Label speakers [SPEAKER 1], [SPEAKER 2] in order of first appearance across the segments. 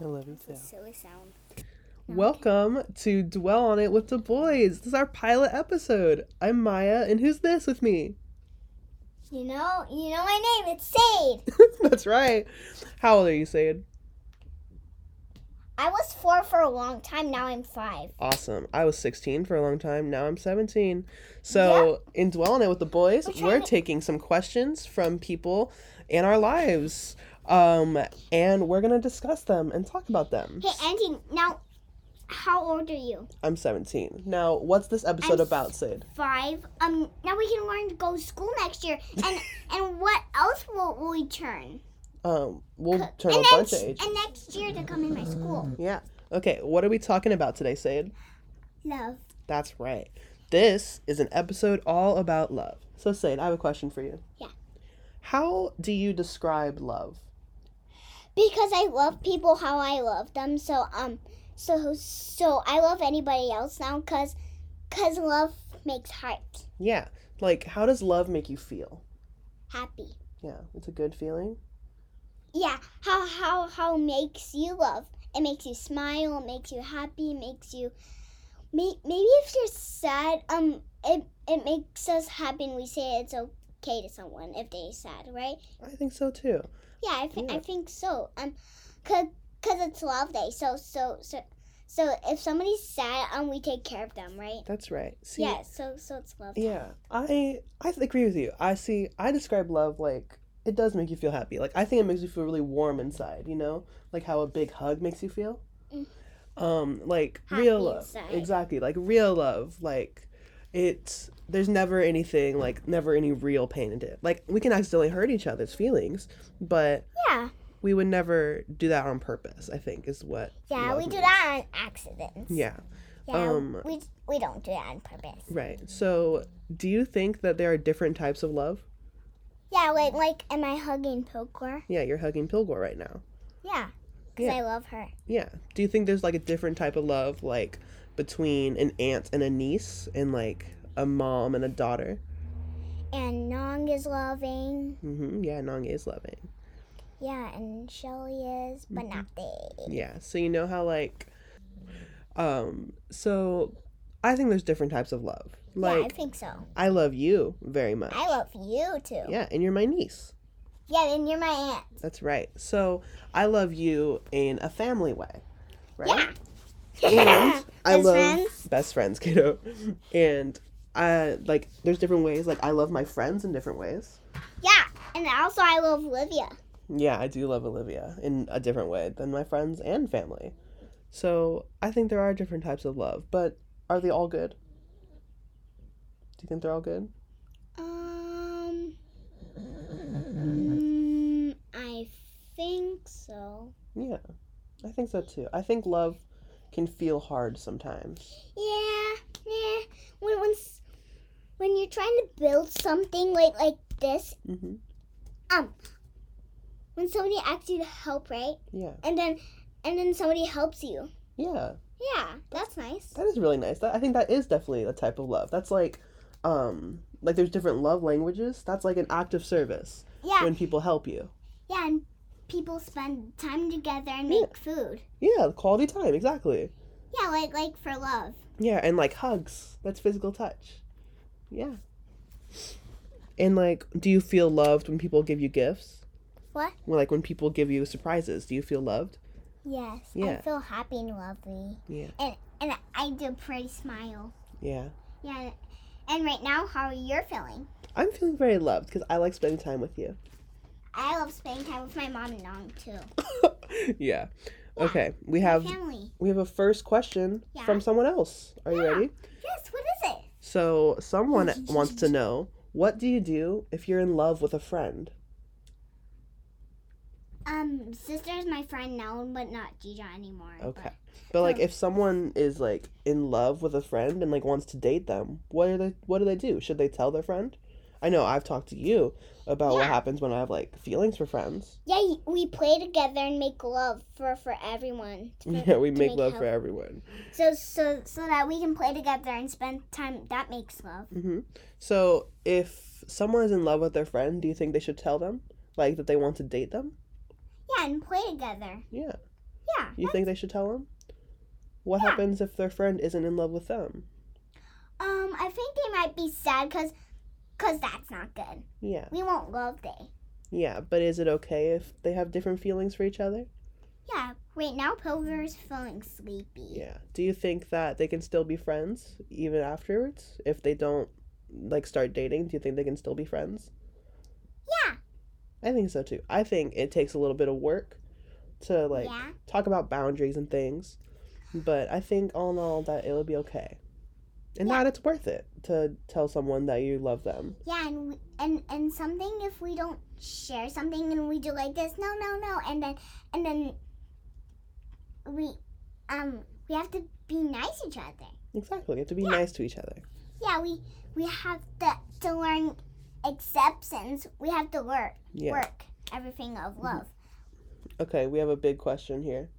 [SPEAKER 1] I love you
[SPEAKER 2] It's
[SPEAKER 1] too.
[SPEAKER 2] a silly sound.
[SPEAKER 1] Welcome to Dwell on It with the Boys. This is our pilot episode. I'm Maya, and who's this with me?
[SPEAKER 2] You know, you know my name. It's Sade.
[SPEAKER 1] That's right. How old are you, Sade?
[SPEAKER 2] I was four for a long time. Now I'm five.
[SPEAKER 1] Awesome. I was 16 for a long time. Now I'm 17. So, in Dwell on It with the Boys,
[SPEAKER 2] We're
[SPEAKER 1] we're,
[SPEAKER 2] trying to-
[SPEAKER 1] taking some questions from people in our lives. Um, and we're going to discuss them and talk about them.
[SPEAKER 2] Hey, Andy. Now, how old are you?
[SPEAKER 1] I'm 17. Now, what's this episode
[SPEAKER 2] I'm s-
[SPEAKER 1] about, Sade?
[SPEAKER 2] Five. Um. Now we can learn to go to school next year. And and what else will, will we turn?
[SPEAKER 1] Um, we'll turn
[SPEAKER 2] and
[SPEAKER 1] a
[SPEAKER 2] next-
[SPEAKER 1] bunch of age.
[SPEAKER 2] And next year to come in my school.
[SPEAKER 1] Yeah. Okay, what are we talking about today, Sade? Mm.
[SPEAKER 2] Love.
[SPEAKER 1] That's right. This is an episode all about love. So, Sade, I have a question for you.
[SPEAKER 2] Yeah.
[SPEAKER 1] How do you describe love?
[SPEAKER 2] Because I love people how I love them. So um. So so I love anybody else now because because love makes heart
[SPEAKER 1] Yeah. Like, how does love make you feel?
[SPEAKER 2] happy.
[SPEAKER 1] Yeah, it's a good feeling.
[SPEAKER 2] Yeah, how how how makes you love? It makes you smile. It makes you happy. It makes you. May, maybe if you're sad, um, it it makes us happy, and we say it's okay to someone if they're sad, right?
[SPEAKER 1] I think so too.
[SPEAKER 2] Yeah, I, thi-
[SPEAKER 1] Yeah.
[SPEAKER 2] I think so. Um, cause, cause it's love day, so so so so if somebody's sad, um, we take care of them, right?
[SPEAKER 1] That's right. See,
[SPEAKER 2] yeah, so so it's love. Time.
[SPEAKER 1] Yeah, I I th- agree with you. I see. I describe love like it does make you feel happy. Like I think it makes you feel really warm inside. You know, like how a big hug makes you feel.
[SPEAKER 2] Mm.
[SPEAKER 1] Um, like
[SPEAKER 2] Happy
[SPEAKER 1] real love,
[SPEAKER 2] inside.
[SPEAKER 1] exactly. Like real love, like it's there's never anything like never any real pain in it. Like we can accidentally hurt each other's feelings, but
[SPEAKER 2] Yeah,
[SPEAKER 1] we would never do that on purpose. I think is what.
[SPEAKER 2] yeah, we
[SPEAKER 1] love
[SPEAKER 2] do
[SPEAKER 1] means.
[SPEAKER 2] that on accidents.
[SPEAKER 1] Yeah.
[SPEAKER 2] yeah
[SPEAKER 1] um,
[SPEAKER 2] we we don't do that on purpose.
[SPEAKER 1] Right. So, do you think that there are different types of love?
[SPEAKER 2] Yeah, like like am I hugging Poker?
[SPEAKER 1] Yeah, you're hugging Pilgor right now.
[SPEAKER 2] Yeah, because
[SPEAKER 1] Yeah.
[SPEAKER 2] I love her.
[SPEAKER 1] Yeah. Do you think there's like a different type of love, like between an aunt and a niece, and like a mom and a daughter?
[SPEAKER 2] And Nong is loving.
[SPEAKER 1] Mm-hmm. Yeah, Nong is loving.
[SPEAKER 2] Yeah, and Shelly is, but
[SPEAKER 1] Mm-hmm.
[SPEAKER 2] not they.
[SPEAKER 1] Yeah. So you know how like, um. So, I think there's different types of love.
[SPEAKER 2] yeah, I
[SPEAKER 1] Like
[SPEAKER 2] think so.
[SPEAKER 1] I love you very much.
[SPEAKER 2] I love you too.
[SPEAKER 1] Yeah, and you're my niece.
[SPEAKER 2] Yeah, and you're my aunt.
[SPEAKER 1] That's right. So I love you in a family way, right?
[SPEAKER 2] Yeah.
[SPEAKER 1] and I
[SPEAKER 2] Best
[SPEAKER 1] love
[SPEAKER 2] friends?
[SPEAKER 1] best friends, kiddo. And I like there's different ways. Like I love my friends in different ways.
[SPEAKER 2] Yeah, and also I love Olivia.
[SPEAKER 1] Yeah, I do love Olivia in a different way than my friends and family. So I think there are different types of love, but are they all good? Do you think they're all good?
[SPEAKER 2] Um, mm, I think so.
[SPEAKER 1] Yeah, I think so too. I think love can feel hard sometimes.
[SPEAKER 2] Yeah, yeah. When when s- when you're trying to build something like like this,
[SPEAKER 1] hmm
[SPEAKER 2] um when somebody asks you to help right
[SPEAKER 1] Yeah,
[SPEAKER 2] and then and then somebody helps you
[SPEAKER 1] yeah.
[SPEAKER 2] yeah that's nice
[SPEAKER 1] That is really nice. That, I think that is definitely a type of love. That's like, um, like there's different love languages. That's like an act of service
[SPEAKER 2] yeah
[SPEAKER 1] when people help you.
[SPEAKER 2] yeah and people spend time together and
[SPEAKER 1] Yeah.
[SPEAKER 2] make food
[SPEAKER 1] Yeah, quality time, exactly.
[SPEAKER 2] yeah like like for love
[SPEAKER 1] Yeah, and like hugs. That's physical touch. Yeah. And like, do you feel loved when people give you gifts?
[SPEAKER 2] What?
[SPEAKER 1] Well, like when people give you surprises, do you feel loved?
[SPEAKER 2] yes
[SPEAKER 1] Yeah.
[SPEAKER 2] i feel happy and lovely
[SPEAKER 1] Yeah.
[SPEAKER 2] and and i do a pretty smile
[SPEAKER 1] Yeah.
[SPEAKER 2] yeah and right now how are you feeling
[SPEAKER 1] I'm feeling very loved because I like spending time with you.
[SPEAKER 2] i love spending time with my mom and mom too
[SPEAKER 1] yeah. Okay, we
[SPEAKER 2] my
[SPEAKER 1] have
[SPEAKER 2] family
[SPEAKER 1] we have a first question
[SPEAKER 2] Yeah.
[SPEAKER 1] from someone else. Are you
[SPEAKER 2] Yeah.
[SPEAKER 1] ready?
[SPEAKER 2] yes what is it
[SPEAKER 1] So, someone wants to know what do you do if you're in love with a friend?
[SPEAKER 2] um sister's my friend now but not Gigi anymore but-
[SPEAKER 1] Okay. But like if someone is like in love with a friend and like wants to date them, what are they what do they do? Should they tell their friend? I know I've talked to you about what
[SPEAKER 2] Yeah.
[SPEAKER 1] happens when I have like feelings for friends.
[SPEAKER 2] Yeah, y- we play together and make love for for everyone. For-
[SPEAKER 1] Yeah, we
[SPEAKER 2] to
[SPEAKER 1] make love
[SPEAKER 2] help-
[SPEAKER 1] for everyone.
[SPEAKER 2] So so so that we can play together and spend time. That makes love.
[SPEAKER 1] hmm So, if someone is in love with their friend, do you think they should tell them like that they want to date them?
[SPEAKER 2] Yeah, and play together.
[SPEAKER 1] Yeah.
[SPEAKER 2] Yeah.
[SPEAKER 1] You think they should tell them? What
[SPEAKER 2] Yeah.
[SPEAKER 1] happens if their friend isn't in love with them?
[SPEAKER 2] Um, I think they might be sad because cause that's not good.
[SPEAKER 1] Yeah.
[SPEAKER 2] We won't love they.
[SPEAKER 1] Yeah, but is it okay if they have different feelings for each other?
[SPEAKER 2] Yeah, right now Pilger's feeling sleepy.
[SPEAKER 1] Yeah. Do you think that they can still be friends even afterwards if they don't like start dating? Do you think they can still be friends?
[SPEAKER 2] Yeah.
[SPEAKER 1] I think so too. I think it takes a little bit of work to like
[SPEAKER 2] yeah.
[SPEAKER 1] talk about boundaries and things, but I think all in all that it'll be okay, and
[SPEAKER 2] Yeah.
[SPEAKER 1] that it's worth it to tell someone that you love them.
[SPEAKER 2] Yeah, and we, and and something if we don't share something and we do like this, no, no, no, and then and then we um we have to be nice to each other.
[SPEAKER 1] Exactly. You have to be
[SPEAKER 2] Yeah.
[SPEAKER 1] nice to each other.
[SPEAKER 2] Yeah, we we have to to learn acceptance. We have to work
[SPEAKER 1] Yeah. Mm-hmm.
[SPEAKER 2] work everything of love.
[SPEAKER 1] Okay, we have a big question here.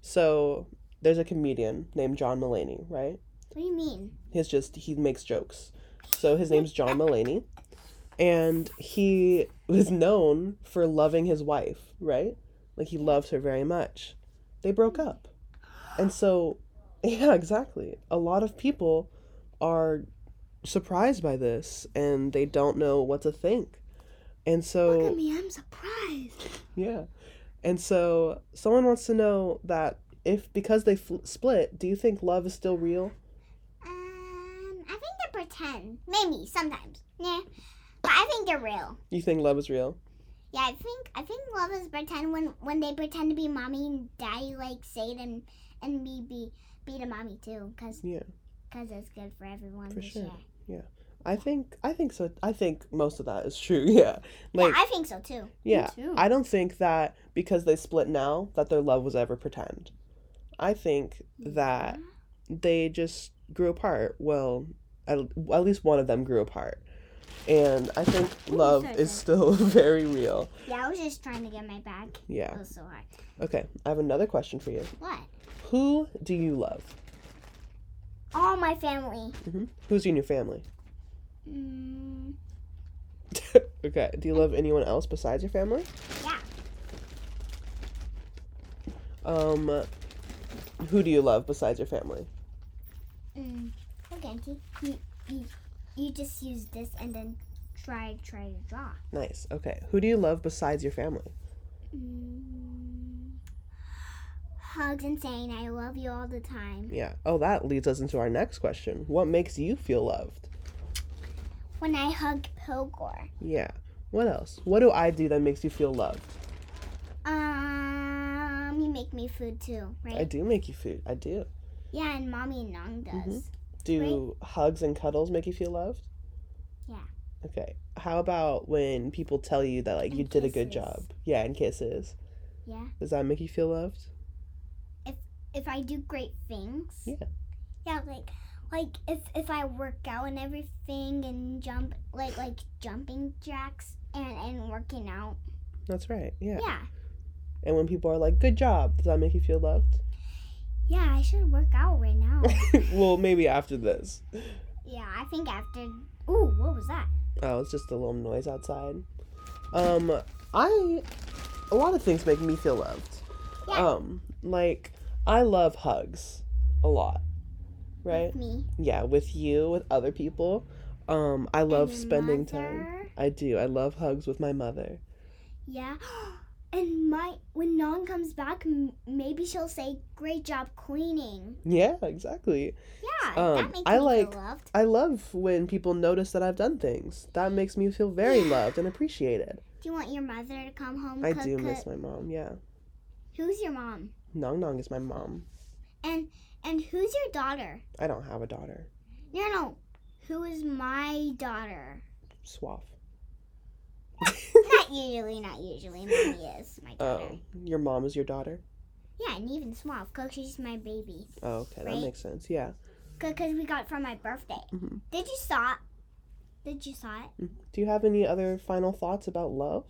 [SPEAKER 1] So there's a comedian named John Mulaney, right?
[SPEAKER 2] What do you mean?
[SPEAKER 1] He's just he makes jokes. So his name's John Mulaney, and he was known for loving his wife, right? Like he loves her very much. They broke up, and so yeah, exactly. A lot of people are surprised by this, and they don't know what to think. And so
[SPEAKER 2] Look at me, I'm surprised.
[SPEAKER 1] yeah. And so someone wants to know that if because they fl- split, do you think love is still real?
[SPEAKER 2] Um, I think they pretend. Maybe sometimes. Yeah, but I think they're real.
[SPEAKER 1] You think love is real?
[SPEAKER 2] Yeah, I think I think love is pretend when when they pretend to be mommy and daddy like Satan and and me be be the mommy too, cause
[SPEAKER 1] Yeah.
[SPEAKER 2] 'cause it's good for everyone
[SPEAKER 1] For
[SPEAKER 2] to
[SPEAKER 1] sure.
[SPEAKER 2] share.
[SPEAKER 1] I think I think so. I think most of that is true. Yeah. Like
[SPEAKER 2] yeah, I think so too.
[SPEAKER 1] yeah.
[SPEAKER 2] too.
[SPEAKER 1] I don't think that because they split now that their love was ever pretend. I think
[SPEAKER 2] Mm-hmm.
[SPEAKER 1] that they just grew apart. Well, at, at least one of them grew apart. And I think
[SPEAKER 2] Ooh,
[SPEAKER 1] love
[SPEAKER 2] sorry,
[SPEAKER 1] is
[SPEAKER 2] sorry.
[SPEAKER 1] still very real.
[SPEAKER 2] Yeah, I was just trying to get my bag.
[SPEAKER 1] Yeah.
[SPEAKER 2] It was so hard.
[SPEAKER 1] Okay. I have another question for you.
[SPEAKER 2] What?
[SPEAKER 1] Who do you love?
[SPEAKER 2] All my family.
[SPEAKER 1] hmm Who's in your family?
[SPEAKER 2] Mm,
[SPEAKER 1] okay. Do you love anyone else besides your family?
[SPEAKER 2] Yeah.
[SPEAKER 1] Um, who do you love besides your family?
[SPEAKER 2] mm. Okay, Auntie. You, you you just use this and then try try to draw.
[SPEAKER 1] Nice. Okay. Who do you love besides your family?
[SPEAKER 2] Mm, hugs and saying I love you all the time.
[SPEAKER 1] Yeah. Oh, that leads us into our next question. What makes you feel loved?
[SPEAKER 2] When I hug Pilgor.
[SPEAKER 1] Yeah. What else? What do I do that makes you feel loved?
[SPEAKER 2] Um, you make me food too,
[SPEAKER 1] I
[SPEAKER 2] right?
[SPEAKER 1] do make you food. I do.
[SPEAKER 2] Yeah, and mommy and Nong does.
[SPEAKER 1] Do hugs and cuddles make you feel loved?
[SPEAKER 2] Yeah.
[SPEAKER 1] Okay. How about when people tell you that like you
[SPEAKER 2] And
[SPEAKER 1] did a good
[SPEAKER 2] kisses.
[SPEAKER 1] job? Yeah, and kisses.
[SPEAKER 2] Yeah.
[SPEAKER 1] Does that make you feel loved?
[SPEAKER 2] If I do great things.
[SPEAKER 1] Yeah.
[SPEAKER 2] Yeah, like like if if I work out and everything and jump like like jumping jacks and and working out.
[SPEAKER 1] That's right. Yeah.
[SPEAKER 2] Yeah.
[SPEAKER 1] And when people are like, "Good job," does that make you feel loved?
[SPEAKER 2] Yeah, I should work out right now.
[SPEAKER 1] well, maybe after this.
[SPEAKER 2] yeah, I think after Ooh, what was that?
[SPEAKER 1] Oh, it's just a little noise outside. Um, I a lot of things make me feel loved.
[SPEAKER 2] Yeah.
[SPEAKER 1] Um, like I love hugs a lot. Right?
[SPEAKER 2] Me.
[SPEAKER 1] Yeah, with you, with other people. Um, I love
[SPEAKER 2] And your
[SPEAKER 1] spending time.
[SPEAKER 2] mother.
[SPEAKER 1] I do. I love hugs with my mother.
[SPEAKER 2] Yeah. And my when Nan comes back, m- maybe she'll say, "Great job cleaning."
[SPEAKER 1] Yeah, exactly.
[SPEAKER 2] Yeah,
[SPEAKER 1] Um,
[SPEAKER 2] that makes
[SPEAKER 1] I
[SPEAKER 2] me
[SPEAKER 1] like-
[SPEAKER 2] feel loved.
[SPEAKER 1] I love when people notice that I've done things. That makes me feel very loved and appreciated.
[SPEAKER 2] Do you want your mother to come home?
[SPEAKER 1] I
[SPEAKER 2] cook-
[SPEAKER 1] do
[SPEAKER 2] cook-
[SPEAKER 1] miss my mom. Yeah.
[SPEAKER 2] Who's your mom?
[SPEAKER 1] Nong Nong is my mom.
[SPEAKER 2] And and who's your daughter?
[SPEAKER 1] I don't have a daughter.
[SPEAKER 2] No, no. Who is my daughter?
[SPEAKER 1] Swaff.
[SPEAKER 2] not usually, not usually. Mommy is my daughter.
[SPEAKER 1] Oh, your mom is your daughter?
[SPEAKER 2] Yeah, and even small, because she's my baby.
[SPEAKER 1] Oh, okay. That
[SPEAKER 2] Right? Mm-hmm,
[SPEAKER 1] makes sense. Yeah.
[SPEAKER 2] Because we got it for my birthday.
[SPEAKER 1] Mhm.
[SPEAKER 2] Did you saw it? Did you saw it?
[SPEAKER 1] Mhm. Do you have any other final thoughts about love?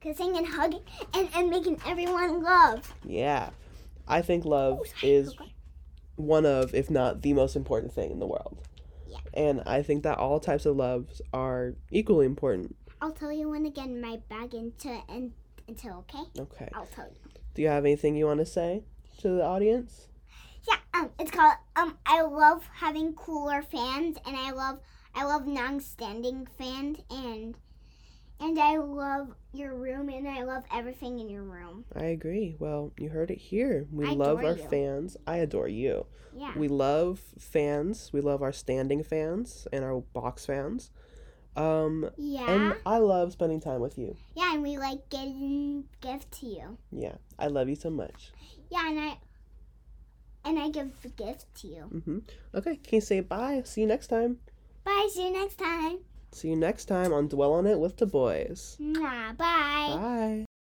[SPEAKER 2] Kissing and hugging and, and making everyone love.
[SPEAKER 1] Yeah. I think love
[SPEAKER 2] Oh, sorry,
[SPEAKER 1] is
[SPEAKER 2] forgot.
[SPEAKER 1] one of, if not the most important thing in the world.
[SPEAKER 2] Yeah.
[SPEAKER 1] And I think that all types of loves are equally important.
[SPEAKER 2] I'll tell you when again my bag into and until okay.
[SPEAKER 1] Okay.
[SPEAKER 2] I'll tell you.
[SPEAKER 1] Do you have anything you want to say to the audience?
[SPEAKER 2] Yeah. Um. It's called. Um. I love having cooler fans, and I love I love non-standing fans, and and I love your room, and I love everything in your room.
[SPEAKER 1] I agree. Well, you heard it here. We
[SPEAKER 2] I
[SPEAKER 1] love
[SPEAKER 2] adore
[SPEAKER 1] our
[SPEAKER 2] you.
[SPEAKER 1] fans. I adore you.
[SPEAKER 2] Yeah.
[SPEAKER 1] We love fans. We love our standing fans and our box fans. Um,
[SPEAKER 2] yeah.
[SPEAKER 1] and I love spending time with you.
[SPEAKER 2] yeah. And we like getting gift to you.
[SPEAKER 1] Yeah, I love you so much.
[SPEAKER 2] Yeah. And I and I give the gift to you.
[SPEAKER 1] hmm Okay, can you say bye? See you next time.
[SPEAKER 2] Bye. See you next time.
[SPEAKER 1] See you next time on Dwell on It with the Boys.
[SPEAKER 2] Mwah,
[SPEAKER 1] Bye.